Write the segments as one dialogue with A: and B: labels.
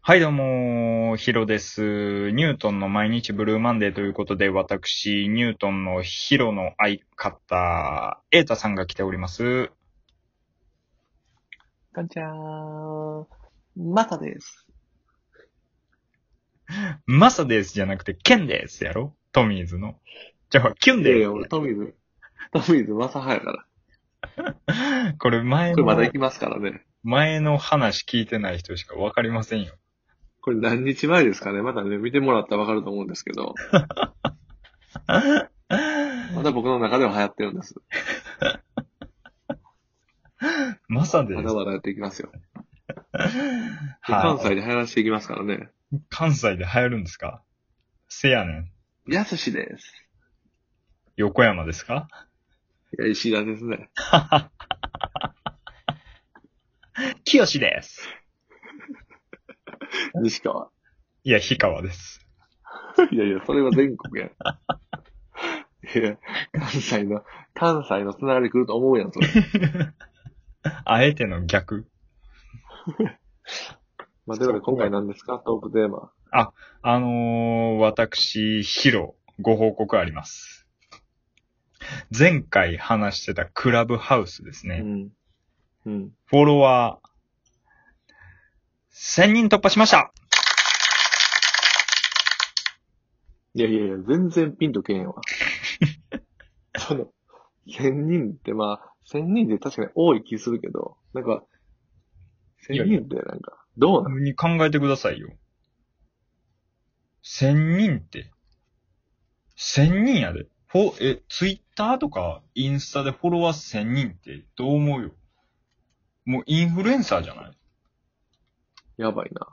A: はい、どうも、ヒロです。ニュートンの毎日ブルーマンデーということで、私、ニュートンのヒロの相方、エータさんが来ております。
B: こんにちは。マサです。
A: マサですじゃなくて、ケンですやろトミーズの。じゃあ、キュン
B: いやい
A: で
B: や、俺、トミーズ、トミーズマサ派やから。
A: これ前
B: これまだ
A: の
B: 行、きますからね。
A: 前の話聞いてない人しかわかりません よ。
B: これ何日前ですかねまだね、見てもらったらわかると思うんですけど、まだ僕の中では流行ってるんです。
A: マサで
B: ますだ。まだやっていきますよ。
A: は
B: 関
A: い
B: 西で流行らしていきますからね。
A: 関西で流行るんですかせやねん。
B: やすしです。
A: 横山ですか
B: いや、石田ですね。
A: きよしです。
B: 西川。
A: いや、氷川です。
B: いやいや、それは全国や。いや、関西の、関西のつながり来ると思う やん、それ。
A: あえての逆。
B: まあ、ということで今回何ですかトークテーマ。
A: あのー、私、ヒロ、ご報告あります。前回話してたクラブハウスです
B: う
A: ね。
B: ん。うん。
A: フォロワー、1000人突破しました
B: いやいやいや、全然ピンとけ へんわ。その、千人ってまあ、千人って確かに多い気するけど、なんか、
A: い
B: 千
A: やいや
B: 人ってなんか、どうなん
A: に考えてくださいよ。1000人って。1000人やで。ほ、え、ツイッターとかインスタでフォロワー1000人ってどう思うよもうインフルエンサーじゃない
B: やばいな。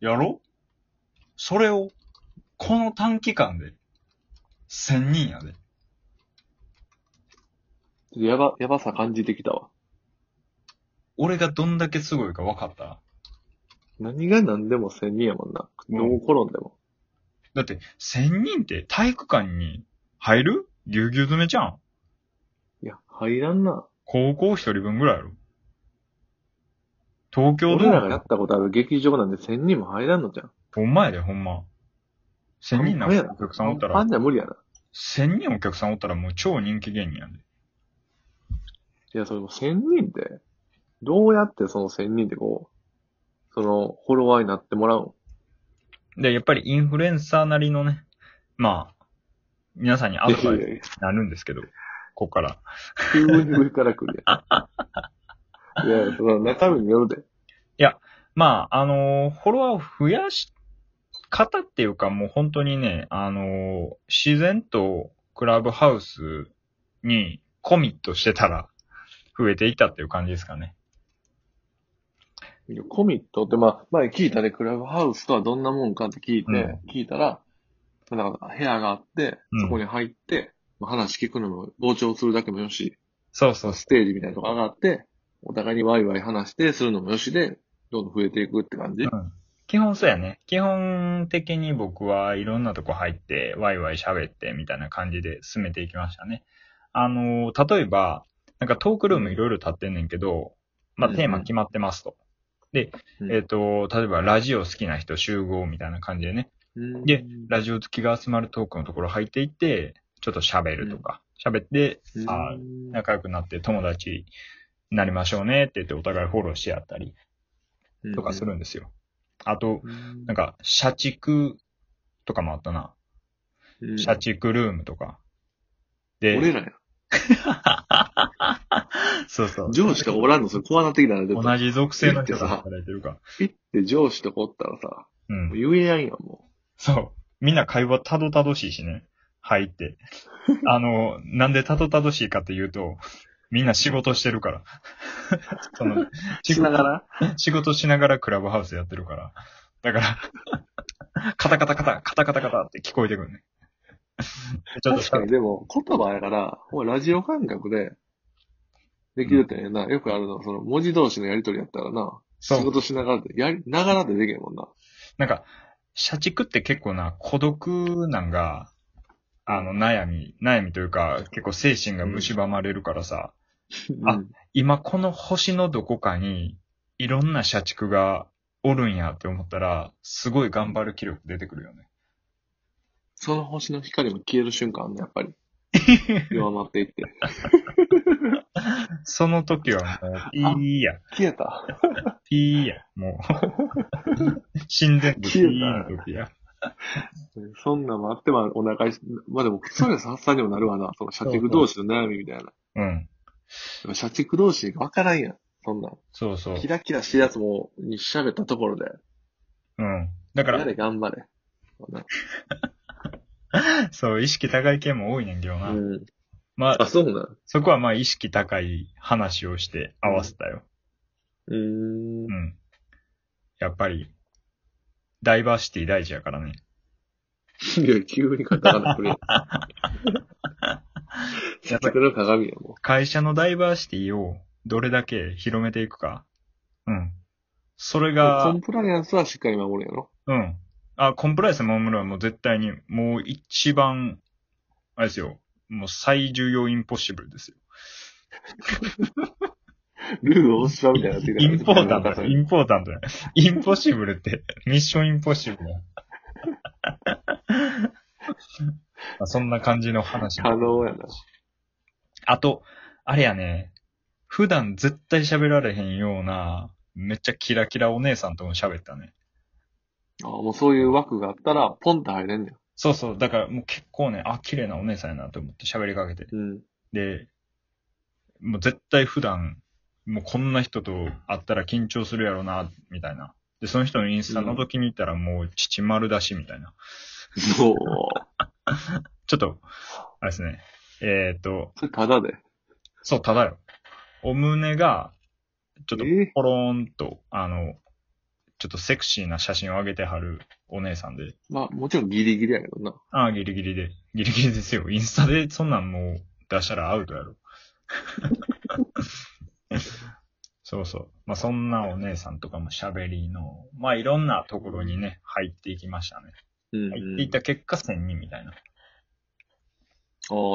A: やろそれを、この短期間で、1000人やで。
B: ちょっとやば、やばさ感じてきたわ。
A: 俺がどんだけすごいか分かった
B: 何が何でも千人やもんな。
A: うん
B: どう転んでも。
A: だって、1000人って体育館に入るぎゅうぎゅう詰めちゃうん
B: いや、入らんな。
A: 高校一人分ぐらいやろ東京
B: 俺
A: ド
B: らがや
A: ーム
B: ったことある劇場なんで千人も入らんのじゃん。
A: ほんまやで、ほんま。1000人なんかお客さんおった
B: ファ
A: ら
B: ン、じゃ無理やな。
A: 1000人お客さんおったらもう超人気芸人やで。
B: いや、それも千人って、どうやってその千人ってこう、その、フォロワーになってもらうの
A: で、やっぱりインフルエンサーなりのね、まあ、皆さんにアドバイス
B: いやいや
A: に
B: いや
A: なるんですけど、ここから。
B: 急に上から来るやん。いやいや、その中身によるで。
A: まあ、あのーフォロワーを増やし方っていうか、もう本当にね、あのー自然とクラブハウスにコミットしてたら増えていったっていう感じですかね。
B: いやコミットって、まあ、前聞いたで、クラブハウスとはどんなもんかって聞いて、
A: うん
B: 聞いたら、なんか部屋があって
A: うん、
B: そこに入って、まあ話聞くのも、傍聴するだけもよし、
A: そうそう
B: ステージみたいなとこ上がって、お互いにワイワイ話して、するのもよしで、どんどん増えていくって感じ。
A: うん基本そうやね。基本的に僕はいろんなとこ入って、ワイワイ喋ってみたいな感じで進めていきましたね。あのー、例えば、なんかトークルームいろいろ立ってんねんけど、まあテーマ決まってますと。で、
B: うん
A: えっ、と、例えばラジオ好きな人集合みたいな感じでね、
B: うん
A: でラジオ好きが集まるトークのところ入っていって、ちょっと喋るとか、喋って、
B: うん
A: あー仲良くなって友達になりましょうねって言ってお互いフォローし合ったりとかするんですよ。あと、
B: うん
A: なんか、社畜とかもあったな。
B: うん
A: 社畜ルームとか。
B: 俺
A: で、
B: らや。
A: そうそう。
B: 上司とかおらんの、それ怖なってきたな、でも。
A: 同じ属性の人が働いてるから。
B: ピッて上司とこおったらさ、
A: う。
B: もうん言えやんやん、もう。
A: そう。みんな会話たどたどしいしね。入っ て。あの、なんでたどたどしいかっていうと、みんな仕事してるから。 その、
B: しながら
A: 仕事しながらクラブハウスやってるから。だ から、カタカタカタ、カタカタカタって聞こえてくるね。ちょっと
B: 確かに、でも、言葉やから、もうラジオ感覚で、できるってね、な、よくあるの、その、文字同士のやりとりやったらな、
A: そう
B: 仕事しながらで、やり、ながらでできへんもんな。
A: なんか、社畜って結構な、孤独なんが、あの、悩み、悩みというか、結構精神が蝕まれるからさ、あ
B: うん
A: 今この星のどこかに、いろんな社畜がおるんやって思ったら、すごい頑張る気力出てくるよね。
B: その星の光も消える瞬間あんね、やっ ぱり。弱まっていって。
A: その時はもう、いいや、
B: 消えた。
A: いいや、も う。心電図、いい時や。
B: そんなんもあってはお腹いし、まあでも、それは発散にもなるわな。その社畜同士の悩みみたいな。
A: うん。
B: でも社畜同士が分からんやん。そんなん。
A: そうそう
B: キ。ラキラしてるやつも、に喋ったところで、
A: うん。だか
B: や
A: ら、
B: れ頑張れ。な
A: そう、意識高い系も多いねんけどな。
B: うん。
A: まあ
B: あ、、そうなん。
A: そこはまあ意識高い話をして合わせたよ。
B: うー。
A: うんん。やっぱり、ダイバーシティ大事やからね。
B: いや、急にカタカナくれ。 社畜の鏡やも
A: 会社のダイバーシティをどれだけ広めていくか。うん。それ
B: う。コ
A: が
B: ン、プライアンスはしっかり守るやろ。
A: うん。あ、コンプライアンス守るのはもう絶対に、もう一番、あれですよ。もう最重要インポッシブルですよ。
B: ルールを押しちゃうみたいになってきた
A: インポータン
B: なんか
A: ト
B: そ
A: や
B: れ
A: インポータントやインポッシブル って、ミッションインポッシブルや。まあそんな感じの話。
B: 可能やな。
A: あと、あれやね、普段絶対喋られへんような、めっちゃキラキラお姉さんとも喋ったね。
B: あもうそういう枠があったら、ポンって入れんねん。
A: そうそう、だからもう結構ね、あ、綺麗なお姉さんやなと思って喋りかけて。
B: うん。
A: で、もう絶対普段、もうこんな人と会ったら緊張するやろな、みたいな。で、その人のインスタ覗きに行ったらもう父丸だし、みたいな。
B: そう。
A: ちょっと、あれですね。えっ、と、
B: それただで。
A: そう、ただよ。お胸が、ちょっと
B: え
A: ポローンと、あの、ちょっとセクシーな写真を上げてはるお姉さんで。
B: まあ、もちろんギリギリやけどな。
A: ああ、ギリギリで。ギリギリですよ。インスタでそんなんもう出したらアウトやろ。そうそう。まあ、そんなお姉さんとかも喋りの、まあ、いろんなところにね、入っていきましたね。
B: うん、
A: 入っていった結果、1000人みたいな。
B: ああ、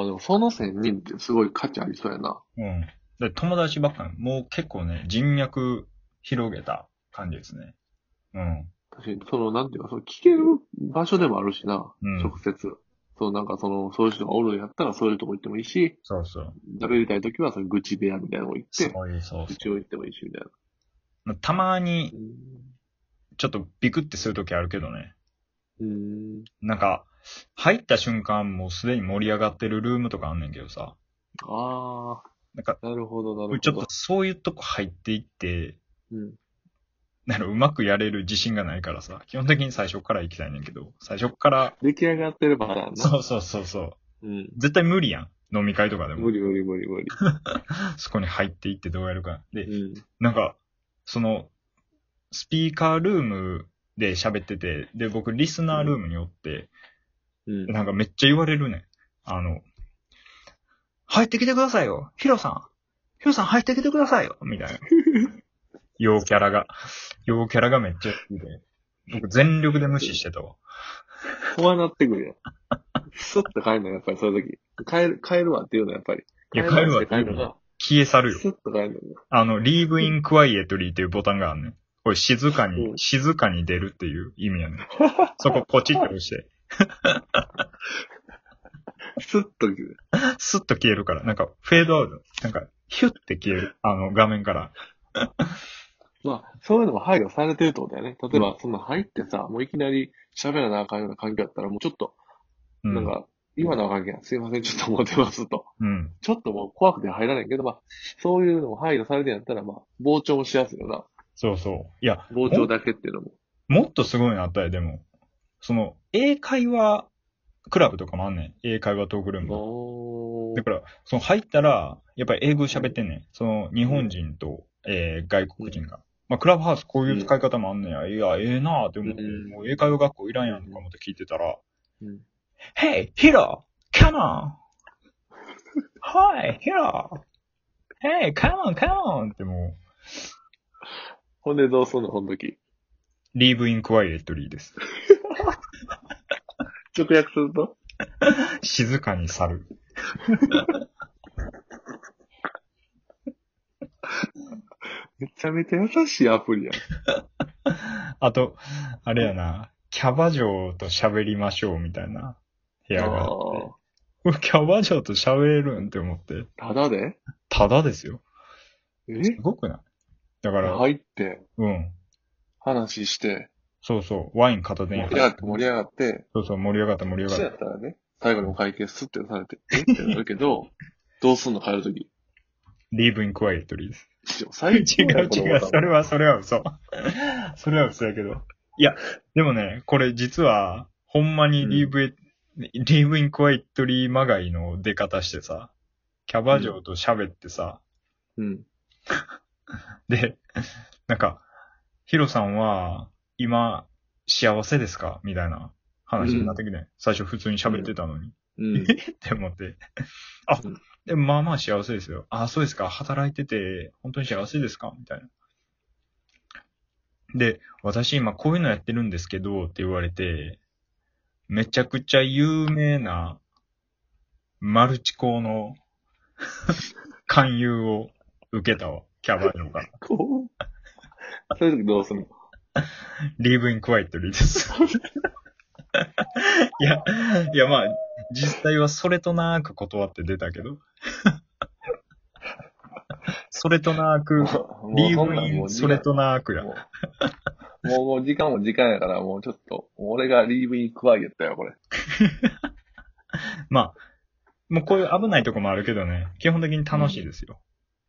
B: でもその仙人ってすごい価値ありそうやな。
A: うん。で、友達ばっかり、もう結構ね、人脈広げた感じですね。うん。
B: 確かに、その、なんていうか、その聞ける場所でもあるしな、
A: うん
B: 直接。そう、なんかその、そういう人がおるんやったらそういうとこ行ってもいいし、
A: そうそう。
B: 喋りたいときはその愚痴部屋みたいなとこ行って、
A: そういう、そう
B: 愚痴を言ってもいいし、みたいな。
A: そう。たまに、
B: う
A: ちょっとビクってするときあるけどね。
B: ーん。
A: なんか、入った瞬間、もうすでに盛り上がってるルームとかあんねんけどさ。
B: あ
A: なんか、
B: あ、なるほど、なるほど。
A: ちょっとそういうとこ入っていって、
B: うん。
A: なんかうまくやれる自信がないからさ、基本的に最初から行きたいねんけど、最初から、
B: 出来上がってるパターンな。
A: そうそうそうそう。
B: うん。
A: 絶対無理やん。飲み会とかでも
B: 無。理無理無理無理。
A: そこに入っていってどうやるか。で、
B: うん。
A: なんか、その、スピーカールームで喋ってて、で、僕、リスナールームにおって、
B: うん。
A: なんかめっちゃ言われるねん。あの、入ってきてくださいよヒロさんヒロさん入ってきてくださいよみた いな。陽キャラが。陽キャラがめっちゃ好きで。僕全力で無視してたわ。
B: 怖なってくるやん。そっと帰るの、やっぱりそういう時。帰る、帰るわっていうの、やっぱり。
A: いや帰るわって
B: 帰
A: 言う
B: る
A: の
B: わ。
A: 消え去るよ。
B: スッと帰る
A: あの、leave in quietly っていうボタンがあるねん。これ静か
B: う
A: に、
B: ん
A: 静かに出るっていう意 味やねん。そこポチって押して。
B: の。スッと来る。
A: スッと消えるから、なんかフェードアウト。なんか、ヒュッて消える。あの、画面から。
B: まあ、そういうのも配慮されてるってことだよね。例えば、その入ってさ、もういきなり喋らなあかんような環境だったら、もうちょっと、
A: うん。
B: なんか、今のは関係ない。すいません、ちょっと持てますと。
A: うん。
B: ちょっともう怖くて入らないけど、まあ、そういうのも配慮されてんやったら、まあ、傍聴もしやすいよな。
A: そうそう。いや、
B: 傍聴だけっていうのも。
A: もっとすごいのあったよ、でも。その、英会話クラブとかもあんねん。英会話トークルームが。
B: お
A: だ
B: ー。
A: から、その入ったら、やっぱり英語喋ってんねん。その、日本人と、えー外国人が。まあ、クラブハウスこういう使い方もあんねんや。いや、ええなぁって思って、
B: うん
A: もう英会話学校いらんやんとか思って聞いてたら、
B: うん
A: Hey, Hiro! Come on! Hi, Hiro! Hey, come on, come on! っても
B: ほんでどうすんの、この時。
A: う、Leave in quietly です。
B: 直訳すると
A: 静かに去る。
B: めちゃめちゃ優しいアプリやん。
A: あと、あれやな、キャバ嬢と喋りましょうみたいな部屋があって。
B: あ
A: うわ キャバ嬢と喋れるんって思って。
B: あ、ただで
A: ただですよ。
B: え
A: すごくないだから、
B: 入って、
A: うん。
B: 話して、
A: そうそう。ワイン片手に
B: 盛
A: 入
B: り上が
A: っ。
B: ってて盛り上がって、
A: そうそう、盛り上がった盛り上
B: そう
A: が
B: や
A: っ
B: ったらね、最後の会計スッて出されて、えってなるけど、 どうすんの帰るとき。
A: た。Leave in quietly です。
B: でも
A: 違
B: 最近や
A: う
B: なこの
A: 違う、
B: ボ
A: そ
B: タン
A: れは、それは嘘。 それは嘘やけど。いや、でもね、これ実は、ほんまにリーブ、リーブインクワイトリーまがいの出方してさ、キャバ嬢と喋ってさ、
B: うん。
A: で、なんか、ヒロさんは、今、幸せですかみたいな話になってきて、最初普通に喋ってたのに、
B: うん。
A: って思って。あ
B: うん、
A: でもまあまあ幸せですよ。あ、そうですか。働いてて、本当に幸せですかみたいな。で、私今こういうのやってるんですけど、って言われて、めちゃくちゃ有名な、マルチ校の勧誘を受けたわ。キャバ嬢から。
B: こう。そういうときどうすん の
A: リーブインクワイトリー です。いや、いやまあ、実際はそれとなーく断って出たけど。 それとなーく、
B: も
A: リー
B: うそ
A: ブ
B: んなん
A: イ
B: もう
A: ン、
B: 時
A: そ
B: 間
A: れとな ーくや。
B: もう、もうもう時間も時間やから、もうちょっと、俺がリーブインクワイエットや、これ。
A: まあ、もうこういう危ないとこもあるけどね、基本的に楽しいですよ。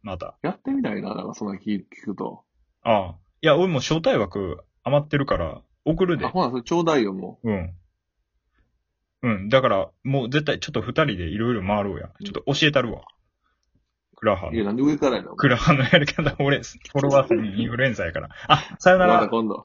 A: また。
B: やってみたいな、なんかそんな聞聞くと。
A: ああ。いや、俺も招待枠余ってるから、送る
B: あ、
A: で。
B: ほら、それちょうだいよ、も
A: うん。うん。だから、もう絶対ちょっと二人でいろいろ回ろうや。ちょっと教えたるわ。クラハ
B: う。
A: の
B: いや、なんで上からやの
A: クラハのやり方、俺、フォロワーさんにインフルエンサーやから。あ、さよな
B: ま
A: ら
B: た。今度。